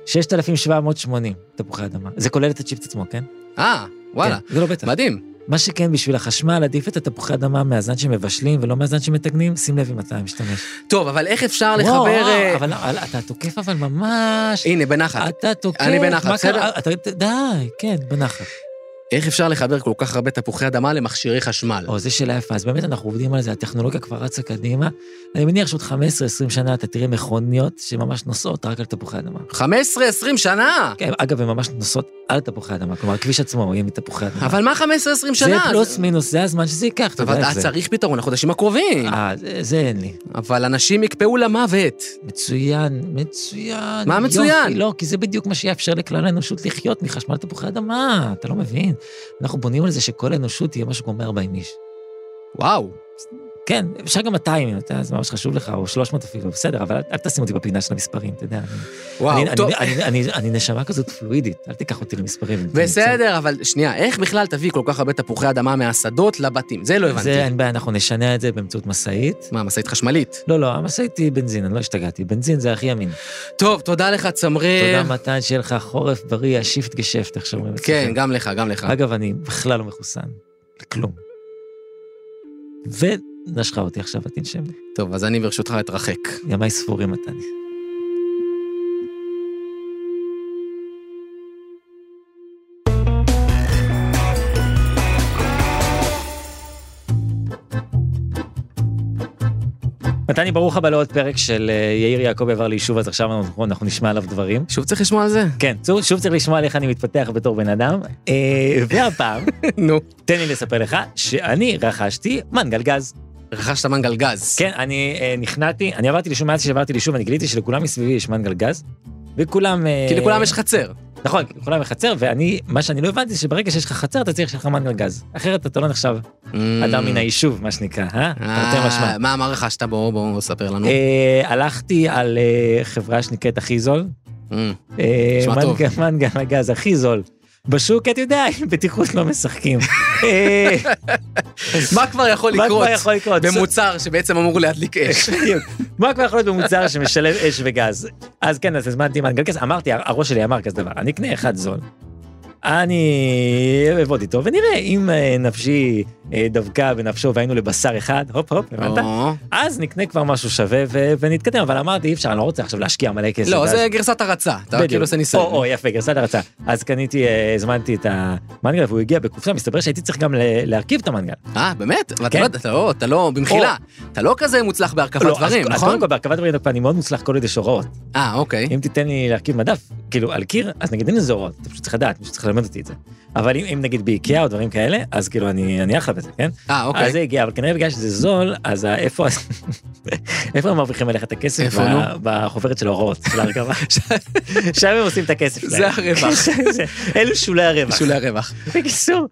Speaker 2: 6,780 תפוחי אדמה. זה כולל את הצ'יפט עצמו, כן?
Speaker 1: אה, וואלה.
Speaker 2: כן, זה לא בטח.
Speaker 1: מדהים.
Speaker 2: מה שכן, בשביל החשמל, עדיף את התפוחי אדמה מהזן שמבשלים ולא מהזן שמתגנים, שים לב אם אתה משתמש.
Speaker 1: טוב, אבל איך אפשר
Speaker 2: וואו,
Speaker 1: לחבר... אה,
Speaker 2: אבל אה, אבל אתה תוקף אבל ממש...
Speaker 1: הנה, בנחת.
Speaker 2: אתה תוקף.
Speaker 1: אני בנחת,
Speaker 2: מה קרה?
Speaker 1: בסדר?
Speaker 2: אתה- די, כן, בנחת.
Speaker 1: איך אפשר לחבר כל כך הרבה תפוחי אדמה למכשירי חשמל?
Speaker 2: או, זו שאלה יפה. אז באמת אנחנו עובדים על זה, הטכנולוגיה כבר רצה קדימה. אני מניח שעוד 15-20 שנה אתה תראה מכוניות שממש נוסעות רק על תפוחי אדמה.
Speaker 1: 15-20 שנה!
Speaker 2: כן, אגב, הן ממש נוסעות על תפוחי אדמה, כלומר, הכביש עצמו יהיה מתפוחי אדמה.
Speaker 1: אבל מה 15-20
Speaker 2: אה. זה
Speaker 1: שנה?
Speaker 2: פלוס מינוס, זה הזמן שזה ייקח, אתה יודע
Speaker 1: אבל
Speaker 2: איך
Speaker 1: אתה
Speaker 2: זה.
Speaker 1: צריך פתרון לחודשים הקרובים.
Speaker 2: אה, זה- זה אין לי.
Speaker 1: אבל אנשים יקפאו למוות.
Speaker 2: מצוין, מצוין.
Speaker 1: מה מצוין?
Speaker 2: יופי, לא, כי זה בדיוק מה שיאפשר לכלל האנושות לחיות מחשמל תפוחי אדמה, אתה לא מבין. אנחנו בונים על זה שכל האנושות תהיה משהו כמו 140 איש.
Speaker 1: וואו.
Speaker 2: כן, אפשר גם 200, אם אתה, זה ממש חשוב לך, או 300 אפילו, בסדר, אבל אל, אל תשים אותי בפינה של המספרים, אתה יודע. אני-
Speaker 1: וואו,
Speaker 2: אני,
Speaker 1: טוב.
Speaker 2: אני, אני, אני, אני נשמה כזאת פלואידית, אל תיקח אותי למספרים. אם אתה
Speaker 1: בסדר, אבל שנייה, איך בכלל תביא כל כך הרבה תפוחי אדמה מהשדות לבתים? זה לא
Speaker 2: רוצה.
Speaker 1: הבנתי.
Speaker 2: זה, אין בעיה, אנחנו נשנע את זה באמצעות משאית.
Speaker 1: מה, משאית חשמלית?
Speaker 2: לא, לא, המשאית היא בנזין, אני לא השתגעתי, בנזין זה הכי אמין.
Speaker 1: טוב, תודה לך, צמריר.
Speaker 2: תודה, מתן, שיהיה לך חורף בריא, השיפט גשפט, איך שאומרים
Speaker 1: כן,
Speaker 2: אצלכם.
Speaker 1: גם לך, גם לך.
Speaker 2: אגב, אני בכלל לא מחוסן, לכלום. ונשכה אותי עכשיו, את תנשמי.
Speaker 1: טוב, אז אני ברשותך אתרחק.
Speaker 2: ימיי ספורים, מתן. מתני, ברוך הבא לעוד פרק של אה, יאיר יעקב עבר ליישוב, אז עכשיו אנחנו- אנחנו נשמע עליו דברים.
Speaker 1: שוב צריך לשמוע על זה?
Speaker 2: כן, שוב- שוב צריך לשמוע על איך אני מתפתח בתור בן אדם. אה, והפעם,
Speaker 1: נו.
Speaker 2: תן לי לספר לך שאני רכשתי מנגל גז.
Speaker 1: רכשת מנגל גז.
Speaker 2: כן, אני אה, נכנעתי, אני עברתי ליישוב, מאז שעברתי ליישוב, אני גיליתי שלכולם מסביבי יש מנגל גז, וכולם... אה,
Speaker 1: כי לכולם יש חצר.
Speaker 2: נכון, כי לכולם יש חצר, ואני, מה שאני לא הבנתי, שברגע שיש לך חצר, אתה צריך שיהיה לך מנגל גז. אחרת אתה לא נחשב אדם מן היישוב, מה שנקרא, אה? יותר משמע.
Speaker 1: Mm. אה, מה, מה רכשת? בוא, בוא, ספר לנו.
Speaker 2: אה, הלכתי על אה, חברה שנקראת הכי זול,
Speaker 1: אה,
Speaker 2: אה,
Speaker 1: נשמע טוב.
Speaker 2: מנגל- מנגל הגז הכי זול. בשוק, אתה יודע, עם בטיחות לא משחקים. אה,
Speaker 1: מה כבר יכול
Speaker 2: מה
Speaker 1: לקרות
Speaker 2: כבר יכול לקרות?
Speaker 1: במוצר שבעצם אמור להדליק אש?
Speaker 2: בדיוק. מה כבר יכול להיות במוצר שמשלב אש וגז? אז כן, אז הזמנתי מנגל כזה, אמרתי, הראש שלי אמר כזה דבר, אני אקנה אחד זול. אני אעבוד איתו, ונראה אם אה, נפשי אה, דבקה בנפשו והיינו לבשר אחד, הופ הופ, הבנת?
Speaker 1: או.
Speaker 2: אז נקנה כבר משהו שווה ו- ונתקדם, אבל אמרתי, אי אפשר, אני לא רוצה עכשיו להשקיע מלא כסף.
Speaker 1: לא,
Speaker 2: ואז-
Speaker 1: זה גרסת הרצה. אתה
Speaker 2: בדיוק.
Speaker 1: כאילו עושה ניסיון.
Speaker 2: או, או, יפה, גרסת הרצה. אז קניתי, אה, הזמנתי את המנגל, והוא הגיע בקופסה, מסתבר שהייתי צריך גם ל- להרכיב את המנגל.
Speaker 1: אה, באמת? אבל אתה
Speaker 2: כן.
Speaker 1: לא, אתה לא, אתה לא, במחילה. אתה לא כזה מוצלח בהרכבת
Speaker 2: לא, אז-
Speaker 1: דברים,
Speaker 2: אז
Speaker 1: נכון?
Speaker 2: קודם כל, בהרכבת דברים אני מאוד מוצלח כל עוד יש הוראות.
Speaker 1: אה, אוקיי.
Speaker 2: אם תיתן לי להרכיב מדף, כאילו על קיר, אז נגיד אין לזה הוראות, אתה פשוט צריך לדעת, מישהו צריך ללמד אותי את זה. אבל אם, אם נגיד באיקאה או דברים כאלה, אז כאילו אני, אני אחלה בזה, כן?
Speaker 1: אה,
Speaker 2: אז
Speaker 1: אוקיי.
Speaker 2: זה הגיע, אבל כנראה בגלל שזה זול, אז ה- איפה, איפה הם מרוויחים עליך את הכסף?
Speaker 1: איפה,
Speaker 2: ב-
Speaker 1: נו?
Speaker 2: בחוברת של ההוראות, של ההרכבה. שם הם עושים את הכסף שלהם.
Speaker 1: זה הרווח.
Speaker 2: זה- אלו שולי הרווח.
Speaker 1: שולי הרווח.
Speaker 2: בקיצור,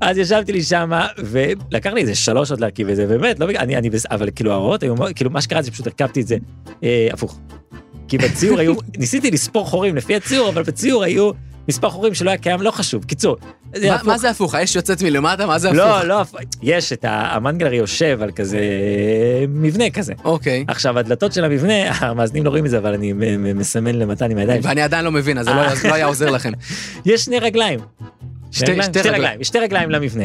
Speaker 2: אז ישבתי לי שמה, ולקח לי איזה שלוש שעות להרכיב את זה, באמת, לא בגלל, אני, אני, בס- אבל כאילו ההוראות היו, מאוד- כאילו מה שקרה זה שפשוט הרכבתי את זה אה, הפוך. כי בציור היו, ניסיתי לספור חורים לפי הציור, אבל בציור היו מספר חורים שלא היה קיים, לא חשוב. קיצור, זה
Speaker 1: מה-
Speaker 2: הפוך.
Speaker 1: מה זה הפוך? האש יוצאת מלמטה? מה זה הפוך?
Speaker 2: לא, לא, הפוך. יש את ה- המנגל הרי יושב על כזה אה, מבנה כזה.
Speaker 1: אוקיי.
Speaker 2: עכשיו, הדלתות של המבנה, המאזינים לא רואים את זה, אבל אני מ- מ- מסמן למתן עם הידיים.
Speaker 1: ואני עדיין לא מבין, אז זה לא היה- לא היה עוזר לכם.
Speaker 2: יש שני רגליים.
Speaker 1: שתי-
Speaker 2: רגליים,
Speaker 1: שתי רגליים.
Speaker 2: רגליים, שתי רגליים למבנה.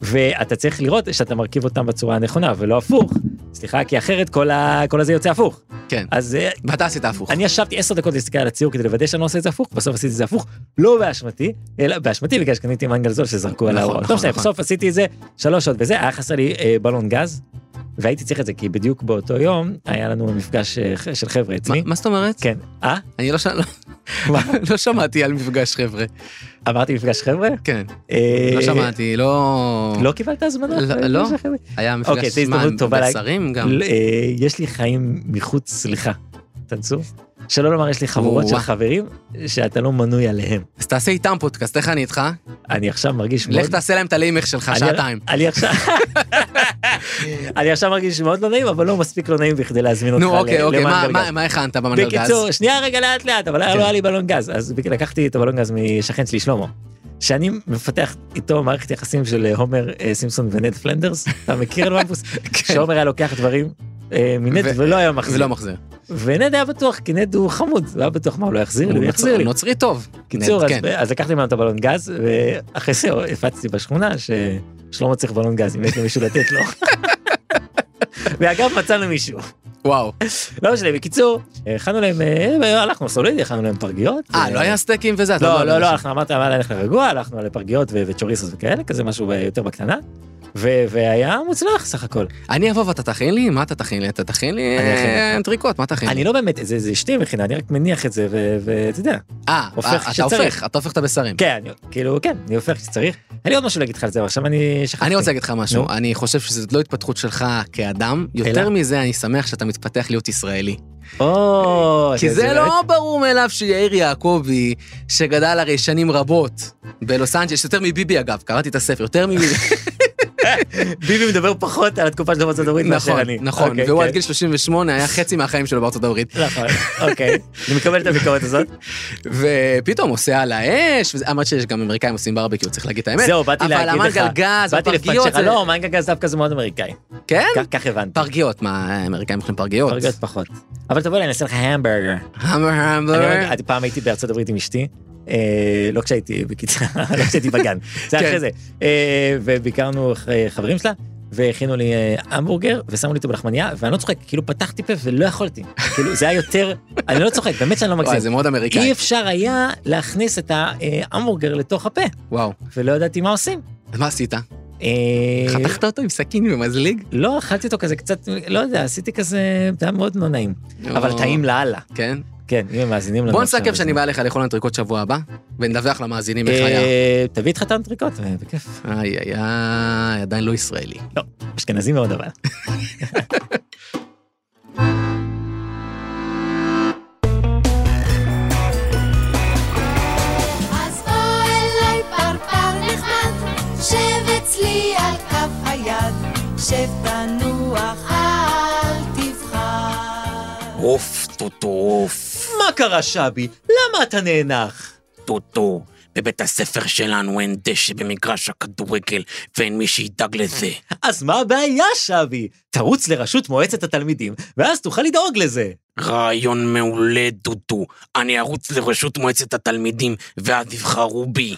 Speaker 2: ואתה צריך לראות שאתה מרכיב אותם בצורה הנכונה, ולא הפוך. סליחה, כי אחרת כל, ה... כל הזה יוצא הפוך.
Speaker 1: כן.
Speaker 2: אז אה,
Speaker 1: ואתה עשית הפוך.
Speaker 2: אני ישבתי עשר דקות להסתכל על הציור כדי לוודא שאני לא עושה את זה הפוך, בסוף עשיתי את זה הפוך, לא באשמתי, אלא באשמתי בגלל שקניתי מנגל זול שזרקו על
Speaker 1: נכון,
Speaker 2: ההוראות.
Speaker 1: נכון,
Speaker 2: לא משנה,
Speaker 1: נכון.
Speaker 2: בסוף עשיתי את זה שלוש שעות וזה, היה חסר לי אה, בלון גז, והייתי צריך את זה, כי בדיוק באותו יום היה לנו מפגש אה, ח- של חבר'ה
Speaker 1: מה-
Speaker 2: אצלי.
Speaker 1: מה זאת אומרת?
Speaker 2: כן, אה?
Speaker 1: אני לא ש- לא- לא שמעתי על מפגש חבר'ה.
Speaker 2: אמרתי מפגש חבר'ה?
Speaker 1: כן.
Speaker 2: אה,
Speaker 1: לא שמעתי, לא...
Speaker 2: לא קיבלת הזמנות?
Speaker 1: לא, לא.
Speaker 2: מפגש חבר'ה?
Speaker 1: היה
Speaker 2: אוקיי,
Speaker 1: מפגש
Speaker 2: זו הזדמנות
Speaker 1: זמן
Speaker 2: טובה לה-
Speaker 1: בשרים גם.
Speaker 2: ל- אה, יש לי חיים מחוץ, סליחה, תנסו. שלא לומר, יש לי חבורות של
Speaker 1: וואו.
Speaker 2: חברים שאתה לא מנוי עליהם.
Speaker 1: אז תעשה איתם פודקאסט, איך אני איתך?
Speaker 2: אני עכשיו מרגיש מאוד...
Speaker 1: לך תעשה להם את הלימך שלך
Speaker 2: אני-
Speaker 1: שעתיים.
Speaker 2: אני עכשיו... אני עכשיו מרגיש מאוד לא נעים, אבל לא מספיק לא נעים בכדי להזמין אותך
Speaker 1: נו, אוקיי,
Speaker 2: ל-
Speaker 1: אוקיי, מה-
Speaker 2: למנגל
Speaker 1: מה-
Speaker 2: גז.
Speaker 1: מה הכנת במנגל גז?
Speaker 2: בקיצור, שנייה רגע לאט לאט, אבל
Speaker 1: כן.
Speaker 2: היה- לא היה לי בלון גז, אז בק- לקחתי את הבלון גז משכן שלי שלמה, שאני מפתח איתו מערכת יחסים של אה, הומר אה, סימפסון ונד פלנדרס, אתה מכיר על מבוס? שהומר היה לוקח דברים אה, מנד
Speaker 1: כן. ו-
Speaker 2: ולא היה מחזיר.
Speaker 1: ולא לא מחזיר.
Speaker 2: ונד היה בטוח, כי נד הוא חמוד, הוא היה בטוח, מה, הוא לא יחזיר לי, הוא
Speaker 1: הוא
Speaker 2: יחזיר לי.
Speaker 1: נוצרי טוב.
Speaker 2: קיצור,
Speaker 1: נט,
Speaker 2: אז-
Speaker 1: כן.
Speaker 2: אז לקחתי ממנו את הבלון גז, ואחרי זה הפצתי בשכונה ששלמה צריך בלון גז, אם יש למישהו לתת לו. ואגב, מצאנו מישהו.
Speaker 1: וואו.
Speaker 2: לא משנה, בקיצור, הכנו להם, אה, הלכנו סולידי, הכנו להם פרגיות.
Speaker 1: אה, לא היה סטייקים וזה? אתה
Speaker 2: לא,
Speaker 1: אומר
Speaker 2: לא, לא,
Speaker 1: משהו.
Speaker 2: אנחנו אמרת, אמרנו ללכת לרגוע, הלכנו לפרגיות ו- וצ'וריסוס וכאלה, כזה משהו אה, יותר בקטנה. ו- והיה מוצלח סך הכל.
Speaker 1: אני אבוא ואתה תכין לי? מה אתה תכין לי? אתה תכין לי
Speaker 2: לא. אני אכין
Speaker 1: אה,
Speaker 2: לך.
Speaker 1: אנטריקוט, מה תכין לי?
Speaker 2: אני לא באמת, זה זה אשתי מכינה, אני רק מניח את זה, ו- ואתה יודע.
Speaker 1: אה,
Speaker 2: הופך
Speaker 1: אה, אתה
Speaker 2: כשצריך.
Speaker 1: הופך, אתה הופך את הבשרים.
Speaker 2: כן, אני- כאילו, כן, אני הופך כשצריך. היה לי עוד משהו להגיד לך על זה, אבל עכשיו אני שכחתי.
Speaker 1: אני רוצה להגיד לך משהו,
Speaker 2: נו.
Speaker 1: אני חושב שזאת לא התפתחות שלך כאדם, יותר
Speaker 2: אלא?
Speaker 1: מזה אני שמח שאתה מתפתח להיות ישראלי.
Speaker 2: או, אוקיי,
Speaker 1: כי זה
Speaker 2: באמת-
Speaker 1: לא ברור מאליו שיאיר יעקבי, שגדל הרי שנים רבות בלוס אנג'לס, יותר מביבי אגב, קראתי את הספר, יותר מביבי,
Speaker 2: ביבי מדבר פחות על התקופה שלו בארצות הברית מאשר
Speaker 1: נכון,
Speaker 2: אני.
Speaker 1: נכון,
Speaker 2: אוקיי,
Speaker 1: והוא עד
Speaker 2: כן.
Speaker 1: גיל 38 היה חצי מהחיים שלו בארצות הברית,
Speaker 2: נכון, אוקיי. אני מקבל את הביקורת הזאת.
Speaker 1: ופתאום עושה על האש, וזה- אמרת שיש גם אמריקאים עושים ברבקיו, צריך להגיד את האמת.
Speaker 2: זהו, באתי להגיד לך.
Speaker 1: אבל המנגל גז,
Speaker 2: באתי
Speaker 1: הפרגיות,
Speaker 2: לפנצ'ר,
Speaker 1: זה-
Speaker 2: לא, מנגה גז דווקא זה מאוד אמריקאי.
Speaker 1: כן?
Speaker 2: כ- כך הבנתי.
Speaker 1: פרגיות, מה, האמריקאים אוכלים פרגיות?
Speaker 2: פרגיות פחות. אבל תבוא אליי, אני אעשה לך המברגר.
Speaker 1: המבר המבר.
Speaker 2: אני עוד- פעם הייתי בארצות הברית עם אשתי. אה, לא כשהייתי בקיצור, לא כשהייתי בגן, זה
Speaker 1: כן.
Speaker 2: אחרי זה. אה, וביקרנו אחרי חברים שלה, והכינו לי אה, המבורגר, ושמו לי אותו בלחמנייה, ואני לא צוחק, כאילו פתחתי פה ולא יכולתי. כאילו זה היה יותר, אני לא צוחק, באמת שאני לא
Speaker 1: וואי, זה
Speaker 2: מגזים.
Speaker 1: מאוד אמריקאי.
Speaker 2: אי אפשר היה להכניס את ההמבורגר לתוך הפה,
Speaker 1: וואו.
Speaker 2: ולא ידעתי מה עושים.
Speaker 1: אז מה עשית?
Speaker 2: אה,
Speaker 1: חתכת אותו עם סכין ומזליג?
Speaker 2: לא, אכלתי אותו כזה קצת, לא יודע, עשיתי כזה, זה היה מאוד לא נעים.
Speaker 1: או-
Speaker 2: אבל טעים לאללה.
Speaker 1: כן.
Speaker 2: כן, אם הם מאזינים לנו.
Speaker 1: בוא
Speaker 2: עכשיו,
Speaker 1: נסכם
Speaker 2: אז-
Speaker 1: שאני בא לך לאכול אנטריקוט שבוע הבא, ונדווח למאזינים איך היה.
Speaker 2: אה, תביא איתך את האנטריקוט, אה, בכיף.
Speaker 1: איי איי איי, עדיין לא ישראלי.
Speaker 2: לא, אשכנזי מאוד אבל.
Speaker 6: אז בוא אליי פרפר נחמד, שב אצלי על כף היד, שב תנוח, אל תבחר.
Speaker 5: אוף, טוטוף,
Speaker 2: מה קרה, שבי? למה אתה נאנח?
Speaker 5: טוטו. בבית הספר שלנו אין דשא במגרש הכדורגל, ואין מי שידאג לזה.
Speaker 2: אז מה הבעיה, שבי? תרוץ לראשות מועצת התלמידים, ואז תוכל לדאוג לזה.
Speaker 5: רעיון מעולה, דודו. אני ארוץ לראשות מועצת התלמידים, ואז יבחרו בי.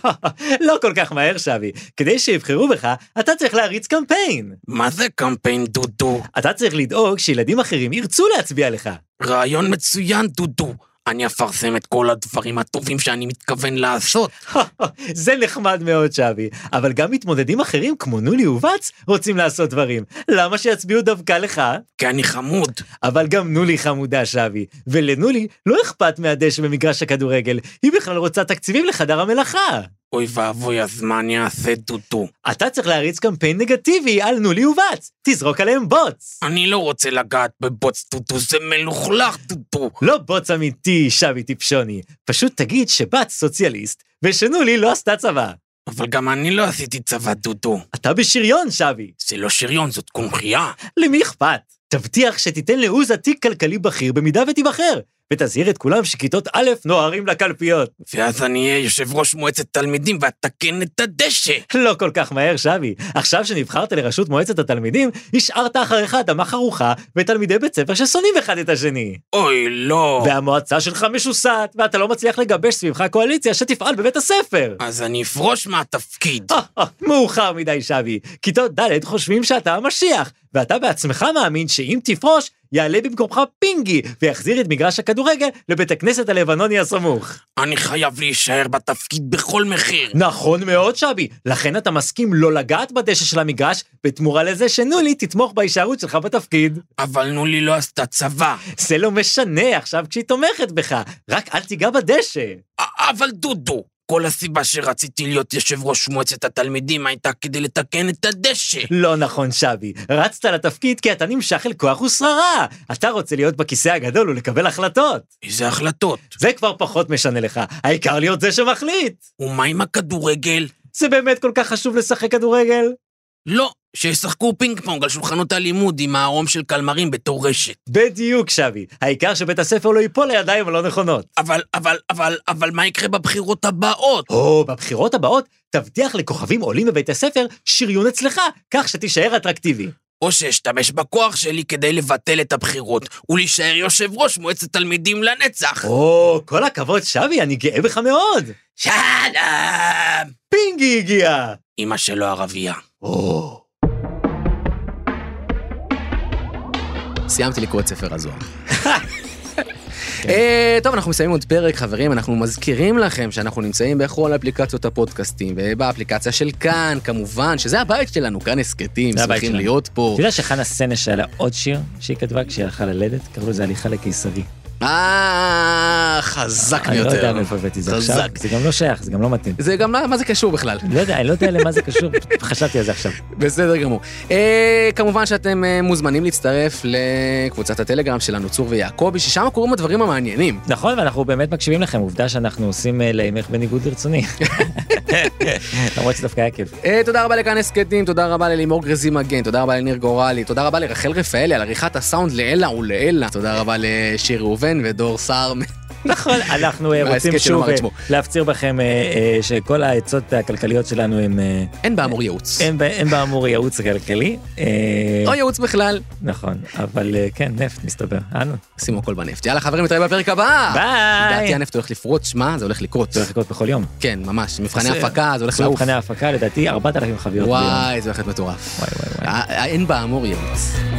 Speaker 2: לא כל כך מהר, שבי. כדי שיבחרו בך, אתה צריך להריץ קמפיין.
Speaker 5: מה זה קמפיין, דודו?
Speaker 2: אתה צריך לדאוג שילדים אחרים ירצו להצביע לך.
Speaker 5: רעיון מצוין, דודו. אני אפרסם את כל הדברים הטובים שאני מתכוון לעשות.
Speaker 2: זה נחמד מאוד, שבי, אבל גם מתמודדים אחרים כמו נולי ובץ רוצים לעשות דברים. למה שיצביעו דווקא לך?
Speaker 5: כי אני חמוד.
Speaker 2: אבל גם נולי חמודה, שבי, ולנולי לא אכפת מהדשא במגרש הכדורגל, היא בכלל רוצה תקציבים לחדר המלאכה.
Speaker 5: אוי ואבוי, אז מה אני אעשה, דודו?
Speaker 2: אתה צריך להריץ קמפיין נגטיבי על נולי ובץ, תזרוק עליהם בוץ.
Speaker 5: אני לא רוצה לגעת בבוץ, דודו, זה מלוכלך, דודו.
Speaker 2: לא בוץ אמיתי, שבי טיפשוני, פשוט תגיד שבץ סוציאליסט, ושנולי לא עשתה צבא.
Speaker 5: אבל גם אני לא עשיתי צבא, דודו.
Speaker 2: אתה בשריון, שבי.
Speaker 5: זה לא שריון, זאת קונכייה.
Speaker 2: למי אכפת? תבטיח שתיתן לעוזה תיק כלכלי בכיר במידה ותיבחר, ותזהיר את כולם שכיתות א' נוהרים לקלפיות.
Speaker 5: ואז אני אהיה יושב ראש מועצת תלמידים כן ואתקן את הדשא.
Speaker 2: לא כל כך מהר, שבי. עכשיו שנבחרת לראשות מועצת התלמידים, השארת אחריך אדמה חרוכה ותלמידי בית ספר ששונאים אחד את השני.
Speaker 5: אוי, לא.
Speaker 2: והמועצה שלך משוסעת, ואתה לא מצליח לגבש סביבך קואליציה שתפעל בבית הספר.
Speaker 5: אז אני אפרוש מהתפקיד.
Speaker 2: מאוחר מדי, שבי. כיתות ד' חושבים שאתה המשיח, ואתה בעצמך מאמין שאם תפרוש, יעלה במקומך פינגי, ויחזיר את מגרש הכדורגל לבית הכנסת הלבנוני הסמוך.
Speaker 5: אני חייב להישאר בתפקיד בכל מחיר.
Speaker 2: נכון מאוד, שבי. לכן אתה מסכים לא לגעת בדשא של המגרש, בתמורה לזה שנולי תתמוך בהישארות שלך בתפקיד.
Speaker 5: אבל נולי לא עשתה צבא.
Speaker 2: זה לא משנה עכשיו כשהיא תומכת בך, רק אל תיגע בדשא.
Speaker 5: א- אבל דודו, כל הסיבה שרציתי להיות יושב ראש מועצת התלמידים הייתה כדי לתקן את הדשא.
Speaker 2: לא נכון, שבי. רצת לתפקיד כי אתה נמשך אל כוח ושררה. אתה רוצה להיות בכיסא הגדול ולקבל החלטות.
Speaker 5: איזה החלטות.
Speaker 2: זה כבר פחות משנה לך, העיקר להיות זה שמחליט.
Speaker 5: ומה עם הכדורגל?
Speaker 2: זה באמת כל כך חשוב לשחק כדורגל?
Speaker 5: לא, שישחקו פינג פונג על שולחנות הלימוד עם הערום של קלמרים בתור רשת.
Speaker 2: בדיוק, שבי. העיקר שבית הספר לא ייפול לידיים הלא נכונות.
Speaker 5: אבל, אבל, אבל, אבל מה יקרה בבחירות הבאות?
Speaker 2: או, בבחירות הבאות תבטיח לכוכבים עולים בבית הספר שריון אצלך, כך שתישאר אטרקטיבי.
Speaker 5: או שאשתמש בכוח שלי כדי לבטל את הבחירות ולהישאר יושב ראש מועצת תלמידים לנצח.
Speaker 2: או, כל הכבוד, שבי, אני גאה בך מאוד.
Speaker 5: שלום!
Speaker 2: פינגי הגיע!
Speaker 5: אמא שלו ערבייה.
Speaker 2: או.
Speaker 1: סיימתי לקרוא את ספר הזוהר. אה, טוב, אנחנו מסיימים עוד פרק, חברים. אנחנו מזכירים לכם שאנחנו נמצאים בכל אפליקציות הפודקאסטים, ובאפליקציה של כאן, כמובן, שזה הבית שלנו, כאן הסכתים,
Speaker 2: זה הבית
Speaker 1: שמחים
Speaker 2: שלנו.
Speaker 1: להיות פה.
Speaker 2: אתה יודע שחנה סנש היה לה עוד שיר שהיא כתבה כשהיא הלכה ללדת, קראו לזה הליכה לקיסרי.
Speaker 1: אה, חזק
Speaker 2: אני לא יודע
Speaker 1: ביותר.
Speaker 2: מאיפה הבאתי את זה
Speaker 1: חזק.
Speaker 2: עכשיו, זה גם לא שייך, זה גם לא מתאים.
Speaker 1: זה גם, מה מה זה קשור בכלל?
Speaker 2: לא יודע, אני לא יודע למה זה קשור, חשבתי על זה עכשיו.
Speaker 1: בסדר גמור. אה, כמובן שאתם אה, מוזמנים להצטרף לקבוצת הטלגרם שלנו, צור ויעקבי, ששם קורים הדברים המעניינים.
Speaker 2: נכון, ואנחנו באמת מקשיבים לכם, עובדה שאנחנו עושים אה, לימך בניגוד לרצוני. למרות שדווקא היה כיף.
Speaker 1: אה, תודה רבה לכאן הסכתים, תודה רבה ללימור גרזי מגן, תודה רבה לניר גורלי, תודה רבה לרחל רפאלי על עריכת הסאונד לעילא ולעילא, תודה רבה לשיר ראובן ודור סער.
Speaker 2: נכון, אנחנו אה,
Speaker 1: וההסכת
Speaker 2: רוצים
Speaker 1: שלו
Speaker 2: שוב
Speaker 1: אמר
Speaker 2: אה,
Speaker 1: את שמו.
Speaker 2: להפציר בכם אה, אה, שכל העצות הכלכליות שלנו הם... אה,
Speaker 1: אין באמור ייעוץ.
Speaker 2: אין בה- אין באמור ייעוץ כלכלי. אה,
Speaker 1: לא ייעוץ בכלל.
Speaker 2: נכון, אבל אה, כן, נפט מסתבר. אנו,
Speaker 1: שימו הכל בנפט. יאללה חברים, נתראה בפרק הבא.
Speaker 2: ביי!
Speaker 1: לדעתי הנפט הולך לפרוץ, שמע, זה הולך לקרות.
Speaker 2: זה הולך לקרות בכל יום.
Speaker 1: כן, ממש. מבחני
Speaker 2: אז,
Speaker 1: הפקה, זה הולך
Speaker 2: עשו
Speaker 1: לעוף.
Speaker 2: מבחני ההפקה, לדעתי 4,000 חביות ביום. וואי
Speaker 1: וואי, זה הולך להיות מטורף.
Speaker 2: וואי וואי.
Speaker 1: אה, אה, אין באמור ייעוץ.